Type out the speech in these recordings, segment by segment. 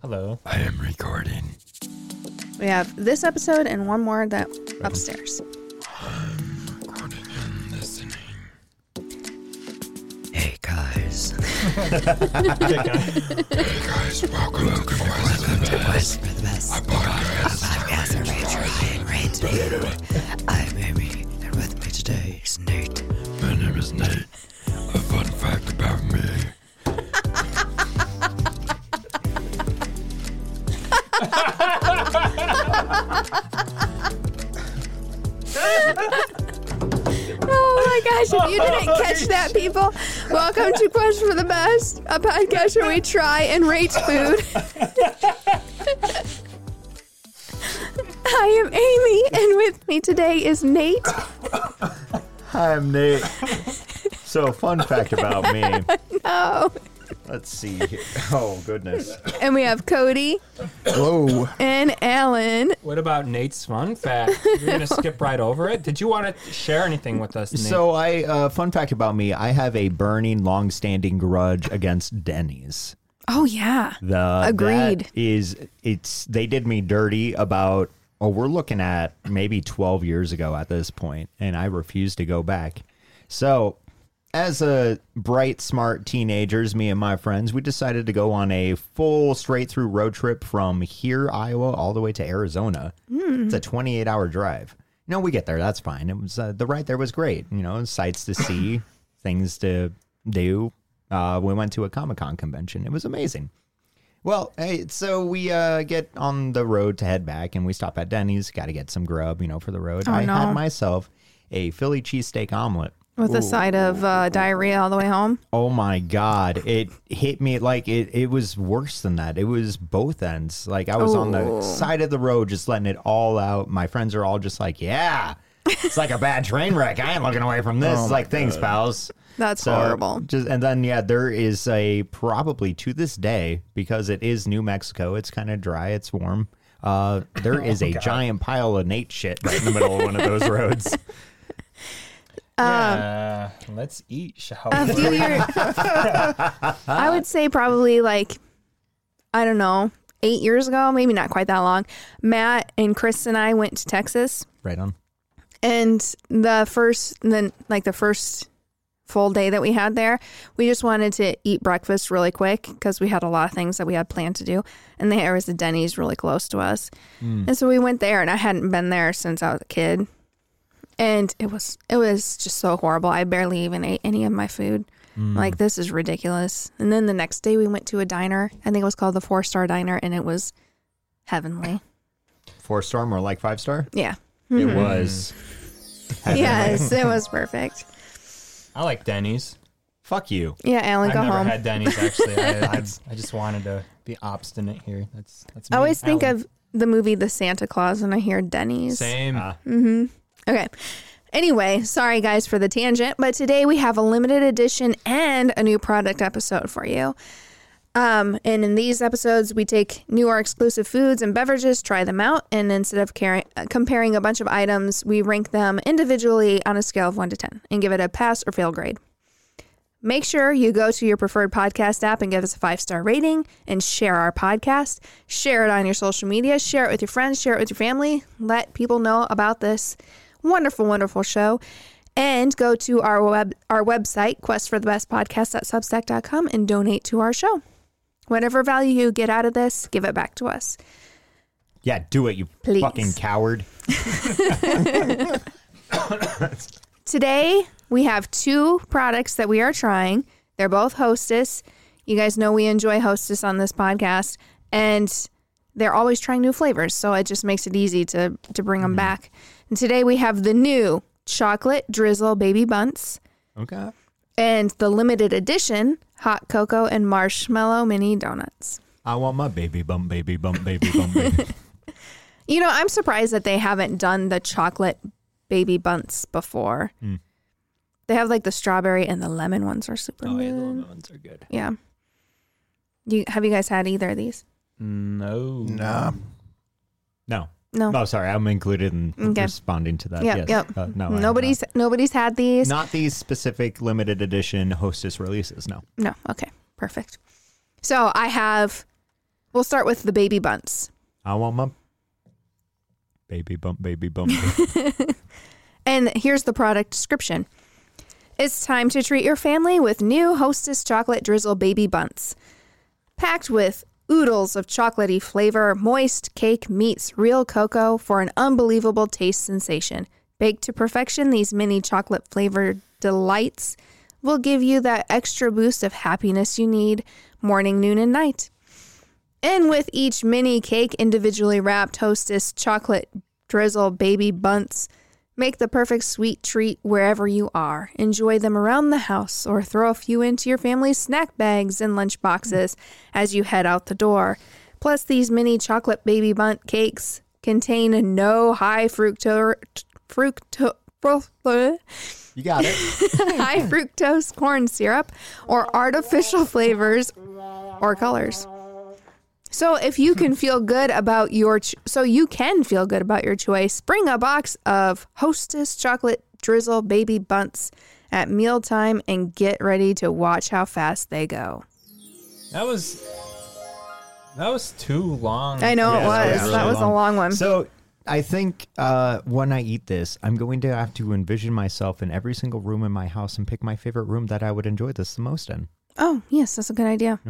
Hello. I am recording. We have this episode and one more that upstairs. Recording and listening. Hey guys. hey guys, welcome, welcome to Welcome to West for the Best. A podcast. A podcast of Rachel and Rachel. I'm Amy, and with me today is Nate. My name is Nate. A fun fact about me. Oh my gosh, if you didn't catch that, people, welcome to Quest for the Best, a podcast where we try and rate food. I am Amy, and with me today is Nate. Hi, I'm Nate. So, fun fact about me. Oh, Let's see. here. Oh, goodness. and we have Cody Whoa. and Alan. What about Nate's fun fact? You're gonna skip right over it. Did you want to share anything with us, Nate? So, I uh, fun fact about me, I have a burning, long-standing grudge against Denny's. Oh, yeah. The Agreed. that is it's they did me dirty about oh, we're looking at maybe 12 years ago at this point and I refuse to go back. So, as a bright smart teenagers, me and my friends, we decided to go on a full straight through road trip from here Iowa all the way to Arizona. It's a 28-hour drive. No, we get there, that's fine. It was uh, the ride there was great, you know, sights to see, things to do. Uh, we went to a Comic Con convention. It was amazing. Well, hey, so we uh, get on the road to head back, and we stop at Denny's. Got to get some grub, you know, for the road. I no. had myself a Philly cheesesteak omelet. With a side of uh, diarrhea all the way home. Oh my god! It hit me like it. It was worse than that. It was both ends. Like I was on the Oh. side of the road, just letting it all out. My friends are all just like, "Yeah, it's like a bad train wreck. I ain't looking away from this." It's like, thanks, pals. That's So, horrible. Just and then yeah, there is a probably to this day because it is New Mexico. It's kind of dry. It's warm. Uh, there is a giant pile of Nate shit right in the middle of one of those roads. Uh, yeah, Uh, let's eat, shall A few we? year- I would say probably like, I don't know, eight years ago, maybe not quite that long. Matt and Chris and I went to Texas, Right on. and the first, then like the first full day that we had there, we just wanted to eat breakfast really quick because we had a lot of things that we had planned to do, and there was a Denny's really close to us, Hmm. and so we went there, and I hadn't been there since I was a kid. And it was it was just so horrible. I barely even ate any of my food. Hmm. Like this is ridiculous. And then the next day we went to a diner. I think it was called the Four Star Diner, and it was heavenly. Four star, more like five star. Yeah. It was. Yes, it was perfect. I like Denny's. Fuck you. Yeah, Alan, I've go never home. had Denny's actually. I, I, I just wanted to be obstinate here. That's that's. I me, always think Alan. of the movie The Santa Claus when I hear Denny's. same. Ah. Okay. Anyway, sorry guys for the tangent, but today we have a limited edition and a new product episode for you. Um, and in these episodes, we take new or exclusive foods and beverages, try them out, and instead of caring, uh, comparing a bunch of items, we rank them individually on a scale of 1 to 10 and give it a pass or fail grade. Make sure you go to your preferred podcast app and give us a five star rating and share our podcast. Share it on your social media. Share it with your friends. Share it with your family. Let people know about this wonderful, wonderful show. And go to our web our website, questforthebestpodcast.substack.com, and donate to our show. Whatever value you get out of this, give it back to us. Yeah, do it, you Please. fucking coward. Today, we have two products that we are trying. They're both Hostess. You guys know we enjoy Hostess on this podcast, and they're always trying new flavors, so it just makes it easy to to bring them back. And today we have the new chocolate drizzle baby bunts Okay. and the limited edition hot cocoa and marshmallow mini donuts. I want my baby bump, baby bump, baby bump. Baby. You know, I'm surprised that they haven't done the chocolate baby bunts before. Hmm. They have like the strawberry and the lemon ones are super Oh, yeah, good. the lemon ones are good. Yeah. You have you guys had either of these? No. Nah. no. No. No, Oh, sorry. I'm included in Okay. responding to that. Yep, yes. yep. Uh, no, I have nobody's nobodydy's had these. Not. Not these specific limited edition hostess releases. No. No. Okay. Perfect. So I have We'll start with the baby bunts. I want my baby bump, baby bump. And here's the product description It's time to treat your family with new Hostess Chocolate Drizzle Baby Bunts. Packed with oodles of chocolatey flavor, moist cake meets real cocoa for an unbelievable taste sensation. Baked to perfection, these mini chocolate flavored delights will give you that extra boost of happiness you need morning, noon, and night. And with each mini cake individually wrapped, Hostess chocolate drizzle baby bunts make the perfect sweet treat wherever you are. Enjoy them around the house or throw a few into your family's snack bags and lunch boxes as you head out the door. Plus, these mini chocolate baby bunt cakes contain no high fructose. Fructo- you got it. high fructose corn syrup or artificial flavors or colors. So if you can feel good about your ch- so you can feel good about your choice, bring a box of Hostess chocolate drizzle baby bunts at mealtime and get ready to watch how fast they go. That was that was too long. I know Yeah, it was. that was that really was long. a long one. So I think uh, when I eat this, I'm going to have to envision myself in every single room in my house and pick my favorite room that I would enjoy this the most in. oh, yes, that's a good idea.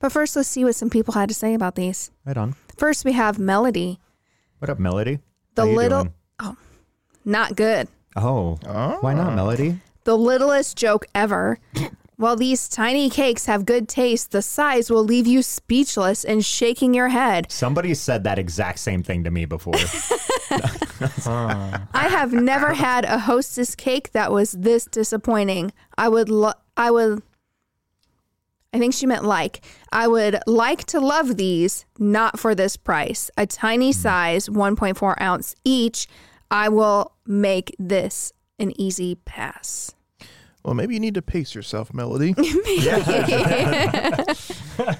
But first let's see what some people had to say about these. Right on. First we have Melody. What up, Melody? The How you little doing? Oh. Not good. Oh, why not, Melody? the littlest joke ever. While these tiny cakes have good taste, the size will leave you speechless and shaking your head. Somebody said that exact same thing to me before. I have never had a hostess cake that was this disappointing. I would lo- I would I think she meant like. I would like to love these, not for this price. A tiny size, 1.4 ounce each. I will make this an easy pass. Well, maybe you need to pace yourself, Melody.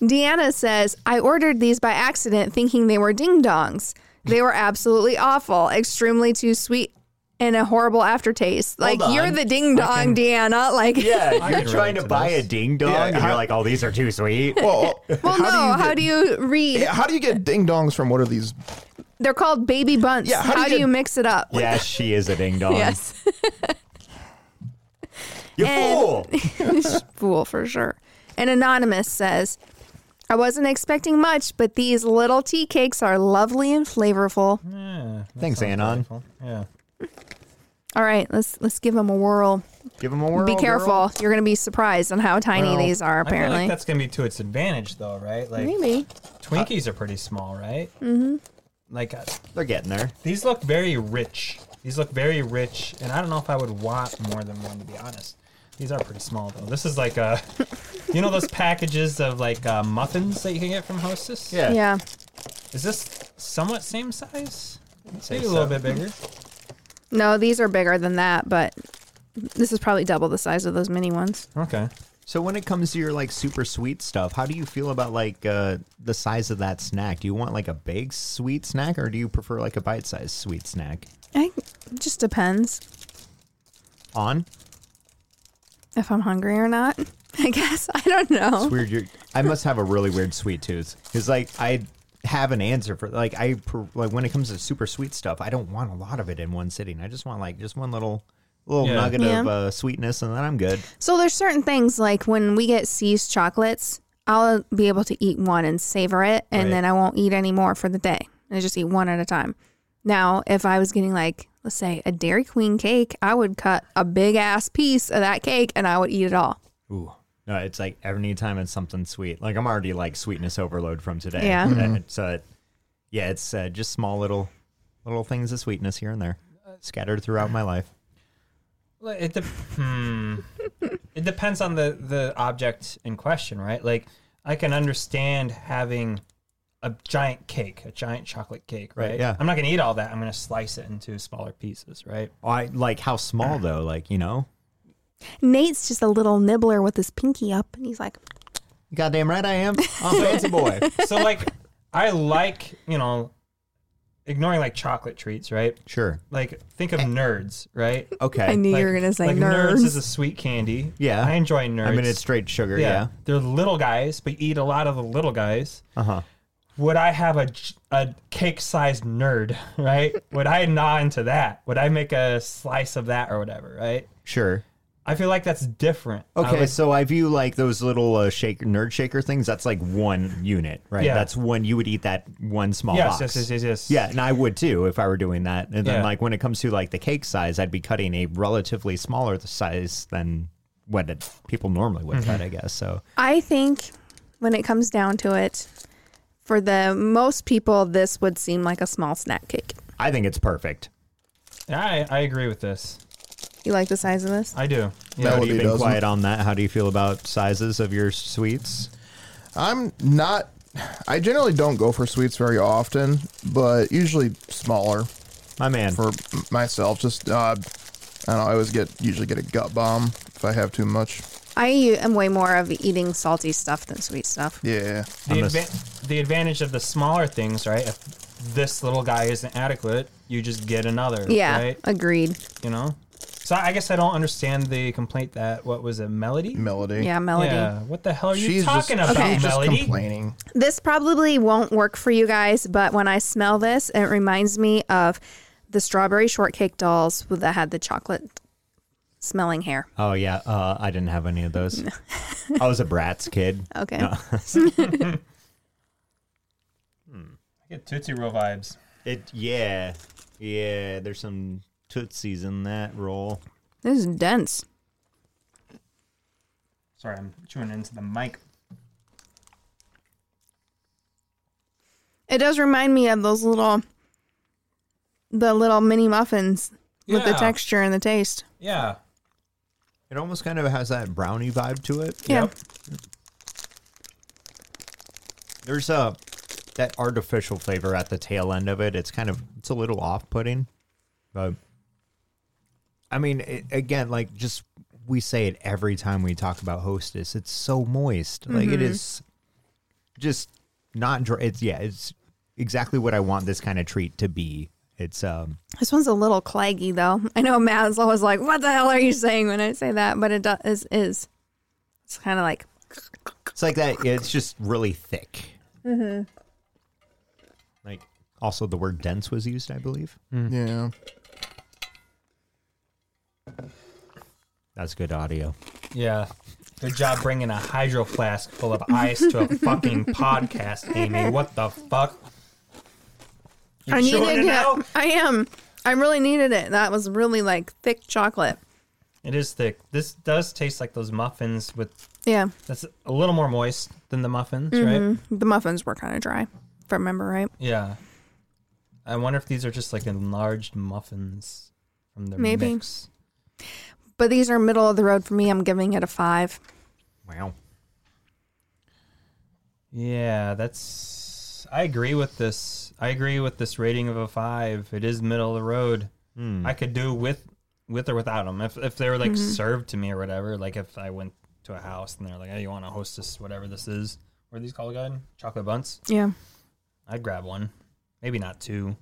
Deanna says, I ordered these by accident thinking they were ding dongs. They were absolutely awful, extremely too sweet, and a horrible aftertaste. Like, Hold you're on. the ding dong, Deanna. Like, yeah, I you're can trying relate to to buy this. a ding dong, Yeah, and you're how- like, "Oh, these are too sweet." well, well, no, how do you read? Yeah, eh, how do you get ding dongs from what are these? They're called baby bunts. Yeah, how, do you mix it up? yeah, she is a ding dong. Yes. You And- fool! Fool for sure. And Anonymous says, I wasn't expecting much, but these little tea cakes are lovely and flavorful. Thanks, Anon. Yeah. All right, let's let's give them a whirl. Give them a whirl. be girl. careful. You're going to be surprised on how tiny Well, these are, I feel apparently. like that's gonna be to its advantage, though, right? Like Maybe. Twinkies are pretty small, right? Mm-hmm. Like uh, They're getting there. these look very rich. These look very rich, and I don't know if I would want more than one to be honest. These are pretty small though. This is like a, you know, those packages of like uh, muffins that you can get from Hostess. Yeah. Yeah. Is this somewhat same size? say Maybe a little so. bit bigger. No, these are bigger than that, but this is probably double the size of those mini ones. Okay. So when it comes to your like super sweet stuff, how do you feel about like uh, the size of that snack? Do you want like a big sweet snack, or do you prefer like a bite-sized sweet snack? I it just depends On. if I'm hungry or not. I guess I don't know. It's weird. You're, I must have a really weird sweet tooth. Cause like I have an answer for like I per- like when it comes to super sweet stuff, I don't want a lot of it in one sitting. I just want like just one little little Yeah. nugget Yeah. of uh, sweetness, and then I'm good. So there's certain things like when we get C's chocolates, I'll be able to eat one and savor it, and Right. then I won't eat any more for the day. I just eat one at a time. Now, if I was getting like, let's say, a Dairy Queen cake, I would cut a big ass piece of that cake and I would eat it all. Ooh. No, it's like every time it's something sweet. Like I'm already like sweetness overload from today. Yeah. And it's uh, yeah, it's uh, just small little little things of sweetness here and there, scattered throughout my life. Well, It de- hmm. It depends on the the object in question, right? Like I can understand having a giant cake, a giant chocolate cake, right? Right, yeah. I'm not gonna eat all that. I'm gonna slice it into smaller pieces, right? Oh, I like how small though. Like you know, Nate's just a little nibbler with his pinky up, and he's like, goddamn right I am. I'm a fancy boy. So like I like, you know, ignoring like chocolate treats, right? Sure. Like think of nerds, right? Okay. I knew Like- Eh. you were gonna say like nerds. is a sweet candy. Yeah. I enjoy nerds. I mean, it's straight sugar. Yeah. They're little guys, but you eat a lot of the little guys. Uh huh. Would I have a, j- a cake sized nerd, right? Would I gnaw into that? Would I make a slice of that or whatever, right? Sure. I feel like that's different. I Okay, would- so I view like those little uh, shaker, nerd shaker things. That's like one unit, right? Yeah. That's one you would eat that one small yes, box. yes, yes, yes, yes. Yeah, and I would too if I were doing that. And then Yeah. like when it comes to like the cake size, I'd be cutting a relatively smaller size than what it- people normally would Mm-hmm. cut, I guess. So I think when it comes down to it, for the most people, this would seem like a small snack cake. I think it's perfect. I, I agree with this. You like the size of this? I do. Yeah. No. Have you Melody been doesn't. quiet on that? How do you feel about sizes of your sweets? I'm not. I generally don't go for sweets very often, but usually smaller My man. for m- myself. Just uh, I don't know. I always get usually get a gut bomb if I have too much. I am way more of eating salty stuff than sweet stuff. Yeah. The, I'm a s- adva- the advantage of the smaller things, right? If this little guy isn't adequate, you just get another. Yeah, Right? agreed. You know? So I guess I don't understand the complaint that, what was it, Melody? Melody. Yeah, melody. Yeah. What the hell are you She's talking just, about, Okay. she's just Melody? complaining. This probably won't work for you guys, but when I smell this, it reminds me of the strawberry shortcake dolls with- that had the chocolate smelling hair. Oh yeah, uh, I didn't have any of those. I was a Bratz kid. Okay. I get Tootsie Roll vibes. It yeah, yeah. There's some tootsies in that roll. This is dense. Sorry, I'm chewing into the mic. It does remind me of those little the little mini muffins with the Yeah. texture and the taste. Yeah. It almost kind of has that brownie vibe to it. Yeah. Yep. There's a that artificial flavor at the tail end of it. It's kind of it's a little off-putting, but I mean, it, again, like just we say it every time we talk about Hostess. It's so moist, like it is just not dry. It's yeah, it's exactly what I want this kind of treat to be. It's um This one's a little claggy though. I know Matt's always like, "What the hell are you saying when I say that?" But it does is, is. It's kind of like It's like that. It's just really thick. Mm-hmm. Like also the word dense was used, I believe. Hmm. Yeah. That's good audio. Yeah. Good job bringing a hydro flask full of ice to a fucking podcast, Amy. What the fuck? You I chewing needed it it. now? I am. I really needed it. That was really like thick chocolate. It is thick. This does taste like those muffins with Yeah. that's a little more moist than the muffins, right? The muffins were kind of dry, if I remember right. Yeah. I wonder if these are just like enlarged muffins from the Maybe. mix. But these are middle of the road for me. I'm giving it a 5. Wow. Yeah, that's. I agree with this. I agree with this rating of a five. It is middle of the road. I could do with with or without them. If if they were like served to me or whatever. Like if I went to a house and they're like, "Hey, you want a hostess? Whatever this is. What are these called again? Chocolate buns." Yeah. I'd grab one. Maybe not two.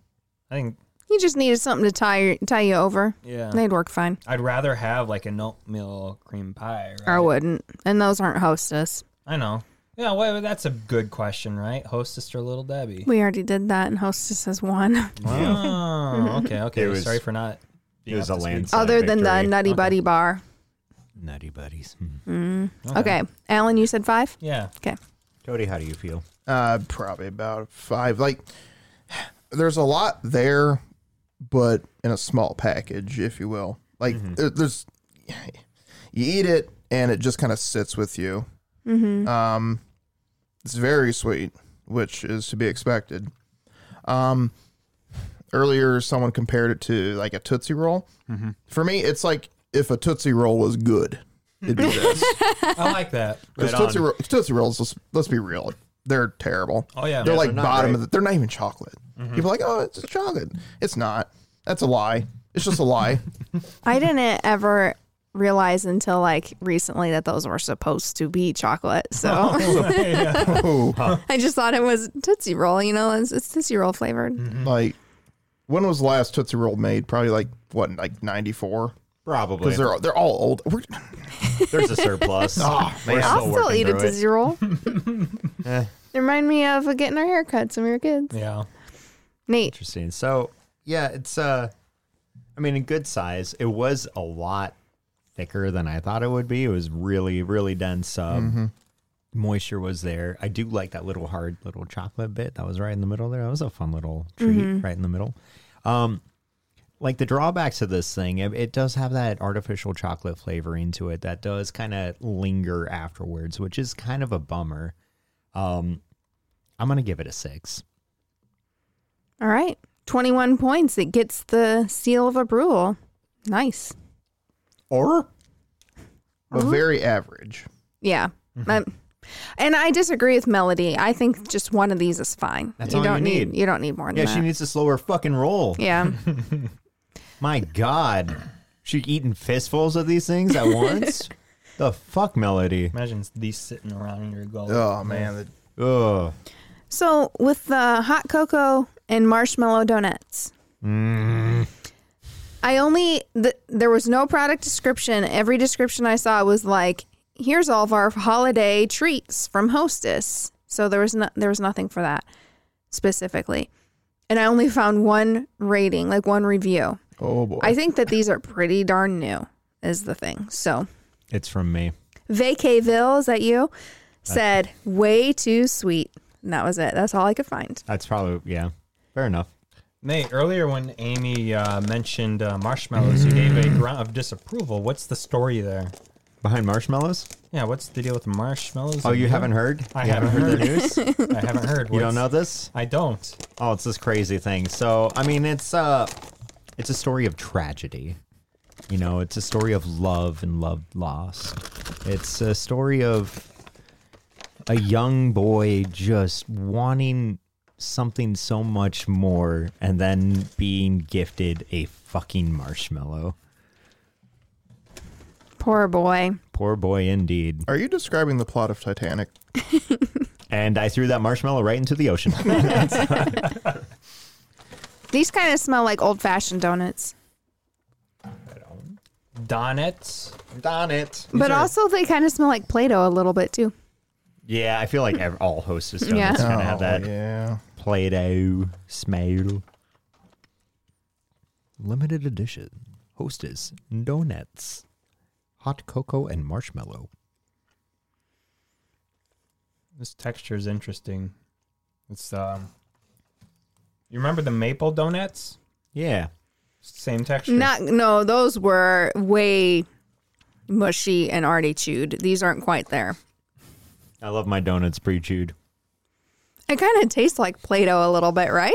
I think. You just needed something to tie tie you over. Yeah. They'd work fine. I'd rather have like an oatmeal cream pie. Right? I wouldn't. And those aren't hostess. I know. Yeah, well, that's a good question, right? Hostess or Little Debbie? We already did that, and hostess has won. Oh, okay, okay. It was- Sorry for not. being it was up a to speed. landslide. Other than the victory. Nutty Okay. Buddy bar. nutty buddies. Hmm. Okay. Alan, you said five? Yeah. Okay. Cody, how do you feel? Uh, probably about five. Like, there's a lot there, but in a small package, if you will. Like, there- there's you eat it and it just kind of sits with you. Um, it's very sweet, which is to be expected. Um, earlier, someone compared it to like a Tootsie Roll. For me, it's like if a Tootsie Roll was good, it'd be this. I like that. Because Right on. Tootsie, Roll, Tootsie Rolls, let's, let's be real, they're terrible. Oh, yeah. they're Yeah, like they're not bottom great. of the. They're not even chocolate. People are like, oh, it's just chocolate. It's not. That's a lie. It's just a lie. I didn't ever realize until like recently that those were supposed to be chocolate. So Oh. Mm-hmm. I just thought it was Tootsie Roll, you know, it's, it's Tootsie Roll flavored. like When was the last Tootsie Roll made? Probably like what, like ninety four? Probably. Because they're they're all old. We're, There's a surplus. Oh, We're I'll still working eat a through it. Tootsie Roll. Eh. Remind me of uh, getting our haircuts when we were kids. Yeah. Nate, Interesting. So yeah, it's uh, I mean, a good size. It was a lot thicker than I thought it would be. It was really, really dense. Um, Moisture was there. I do like that little hard little chocolate bit that was right in the middle there. That was a fun little treat right in the middle. Um, like the drawbacks of this thing, it, it does have that artificial chocolate flavoring to it that does kind of linger afterwards, which is kind of a bummer. Um, I'm gonna give it a six. all right, 21 points. It gets the seal of approval. Nice. Or but very average. Yeah. Mm-hmm. Um, and I disagree with Melody. I think just one of these is fine. That's you all you don't need. You don't need more than Yeah, that. she needs to slow her fucking roll. yeah. My God. She eating fistfuls of these things at once? the fuck, Melody? Imagine these sitting around in your gullet. Oh man, the, Ugh. So with the hot cocoa and marshmallow donuts, Mm. I only th- there was no product description. Every description I saw was like, "Here's all of our holiday treats from Hostess." So there was no, there was nothing for that specifically, and I only found one rating, like one review. oh boy. I think that these are pretty darn new, is the thing. So It's from me. Vacayville, is that you? Said way too sweet. And that was it. That's all I could find. That's probably, yeah. Fair enough. Nate, earlier when Amy uh, mentioned uh, marshmallows, you gave a grunt of disapproval. What's the story there? Behind marshmallows? Yeah, what's the deal with marshmallows? Oh, you haven't heard? I you haven't heard. the news? you I haven't heard. don't What's- know this? I don't. Oh, it's this crazy thing. So, I mean, it's uh it's a story of tragedy. You know, it's a story of love and love lost. It's a story of a young boy just wanting something so much more and then being gifted a fucking marshmallow. Poor boy. Poor boy indeed. Are you describing the plot of Titanic? And I threw that marshmallow right into the ocean. These kind of smell like old fashioned donuts, Donuts. Darn it. but also they kind of smell like Play Doh a little bit too. Yeah, I feel like ev- all hostess donuts Yeah. kind of have that Oh, yeah. Play-Doh smell. Limited edition. Hostess donuts, hot cocoa and marshmallow. This texture is interesting. It's um. You remember the maple donuts? Yeah, Same texture. Not, no, those were way mushy and already chewed. These aren't quite there. I love my donuts pre-chewed. It kind of tastes like Play Doh a little bit, right?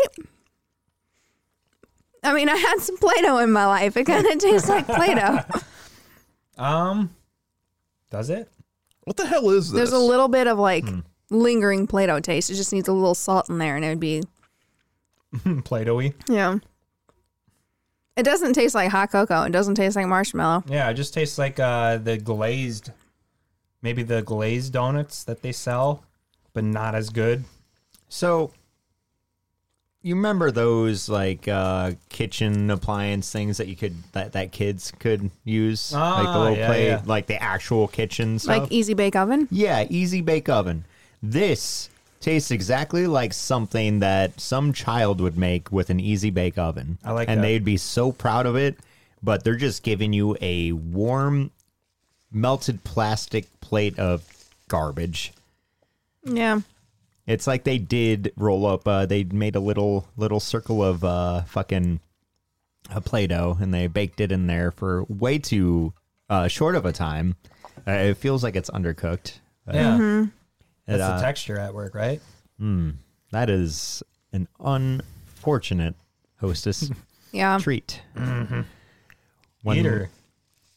I mean, I had some Play Doh in my life. It kind of tastes like Play Doh. Um, does it? What the hell is this? Hmm. There's a little bit of like lingering Play Doh taste. It just needs a little salt in there and it would be, Play-Doh-y. yeah. It doesn't taste like hot cocoa. It doesn't taste like marshmallow. Yeah, it just tastes like uh the glazed, maybe the glazed donuts that they sell, but not as good. So you remember those like uh, kitchen appliance things that you could that, that kids could use, like the Ah, little yeah, play, yeah. like the actual kitchen stuff. Like Easy Bake Oven. Yeah, easy bake oven. This tastes exactly like something that some child would make with an easy bake oven. I like and that. they'd be so proud of it, but they're just giving you a warm melted plastic plate of garbage. Yeah. It's like they did roll up uh they made a little little circle of uh fucking a play-doh and they baked it in there for way too uh short of a time. Uh, it feels like it's undercooked. Yeah, Mm-hmm. It, that's uh, the texture at work, right? That is an unfortunate hostess Yeah. treat. When- Mm-hmm. Peter,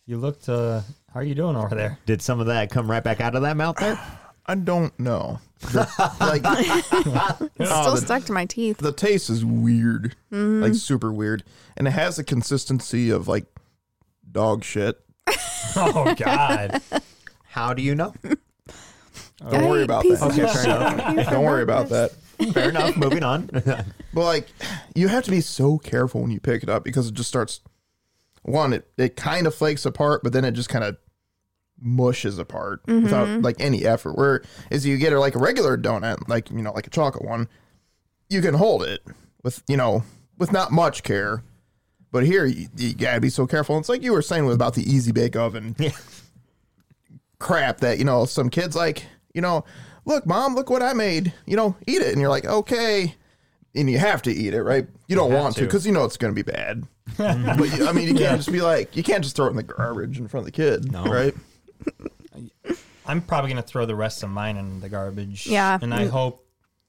you looked. Uh, how are you doing over there? Did some of that come right back out of that mouth there? I don't know. The, like It's Oh, still the- stuck to my teeth. the taste is weird, like super weird, and it has the consistency of like dog shit. Oh God! How do you know? Don't worry about that. Okay, Don't worry about that. Fair enough. Moving on. But like, you have to be so careful when you pick it up because it just starts. One, it, it kind of flakes apart, but then it just kind of mushes apart without like any effort. Where is you get like a regular donut, like you know, like a chocolate one, you can hold it with you know with not much care. But here, you, you gotta be so careful. It's like you were saying with about the easy bake oven yeah. crap that you know some kids like you know look mom look what i made you know eat it and you're like okay and you have to eat it right you don't have want to to. because you know it's going to be bad but you- i mean you can't just be like you can't just throw it in the garbage in front of the kid right I'm probably gonna throw the rest of mine in the garbage. Yeah. Mm. And I hope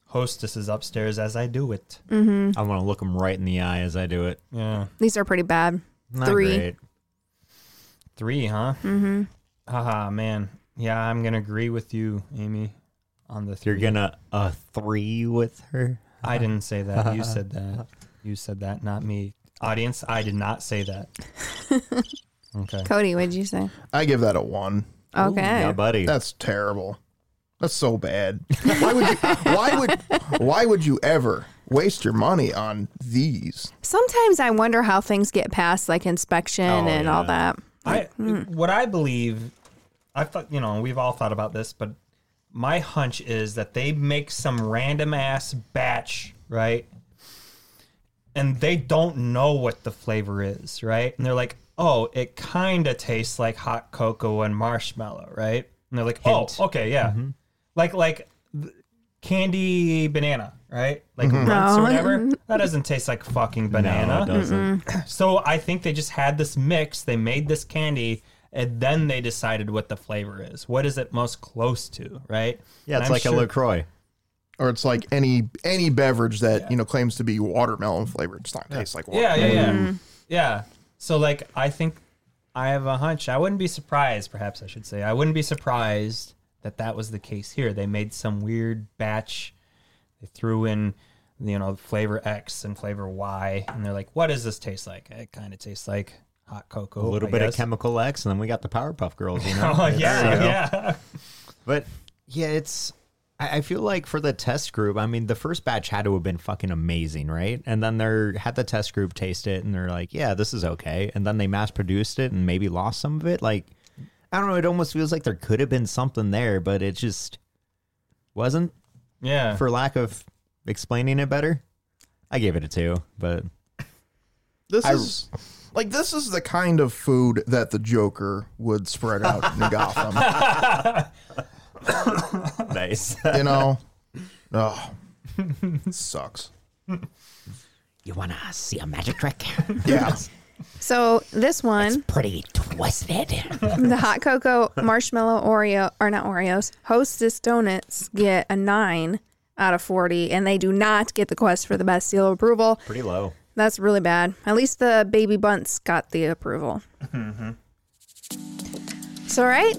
hostess is upstairs as I do it. I want to look him right in the eye as I do it. Yeah. These are pretty bad. Not Three. great. Three, huh? Mm-hmm. Haha, man. Yeah, I'm gonna agree with you, Amy, on the You're three. gonna a three with her. I didn't say that. You said that. You said that, not me. Audience, I did not say that. Okay. Cody, what'd you say? i give that a one Okay. Yeah, buddy. that's terrible that's so bad why would you why would why would you ever waste your money on these Sometimes I wonder how things get past like inspection Oh, and all yeah. that. I what I believe, I thought you know we've all thought about this, but my hunch is that they make some random ass batch, right? And they don't know what the flavor is, right? And they're like, oh, it kind of tastes like hot cocoa and marshmallow, right? And they're like, oh, okay, yeah, Mm-hmm. like like th- candy banana, right? Like runts or No. whatever. That doesn't taste like fucking banana. Mm-hmm. No, it doesn't. So I think they just had this mix. They made this candy, and then they decided what the flavor is. What is it most close to, right? Yeah, And it's I'm like a sure- Lacroix. or it's like any any beverage that you know claims to be watermelon flavored it's not tastes like watermelon. Yeah, yeah, yeah, yeah. So like, I think I have a hunch. I wouldn't be surprised. Perhaps I should say I wouldn't be surprised that that was the case here. They made some weird batch. They threw in, you know, flavor X and flavor Y, and they're like, "What does this taste like?" It kind of tastes like hot cocoa. A Oh, little I bit guess. of chemical X, and then we got the Powerpuff Girls. You know. Oh It's, yeah, you know, yeah. But yeah, it's. I I feel like for the test group, I mean, the first batch had to have been fucking amazing, right? And then they had the test group taste it, and they're like, "Yeah, this is okay." And then they mass produced it, and maybe lost some of it. Like, I don't know. It almost feels like there could have been something there, but it just wasn't. Yeah. For lack of explaining it better, I gave it a two. But This is like this is the kind of food that the Joker would spread out in Gotham. nice. You know, oh, sucks. You wanna see a magic trick? Yeah, So this one, Pretty twisted. the hot cocoa marshmallow Oreo or not Oreos, Hostess donuts get a nine out of forty, and they do not get the quest for the best seal of approval. Pretty low. That's really bad. At least the baby bunts got the approval. So, all right.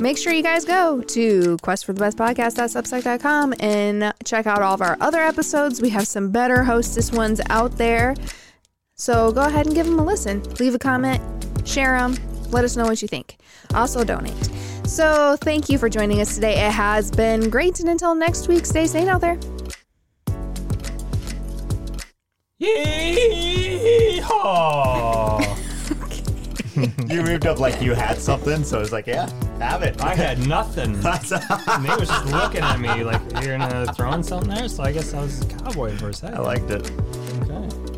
Make sure you guys go to questforthebestpodcast.substack.com and check out all of our other episodes. We have some better hostess ones out there. So go ahead and give them a listen. Leave a comment, share them, let us know what you think. Also, donate. So, thank you for joining us today. It has been great. And until next week, stay sane out there. Yeehaw! You moved up like you had something, so I was like, "Yeah, have it." I had nothing. and they was just looking at me like, you're gonna throw in something there? So I guess I was a cowboy for a second. I liked it. Okay.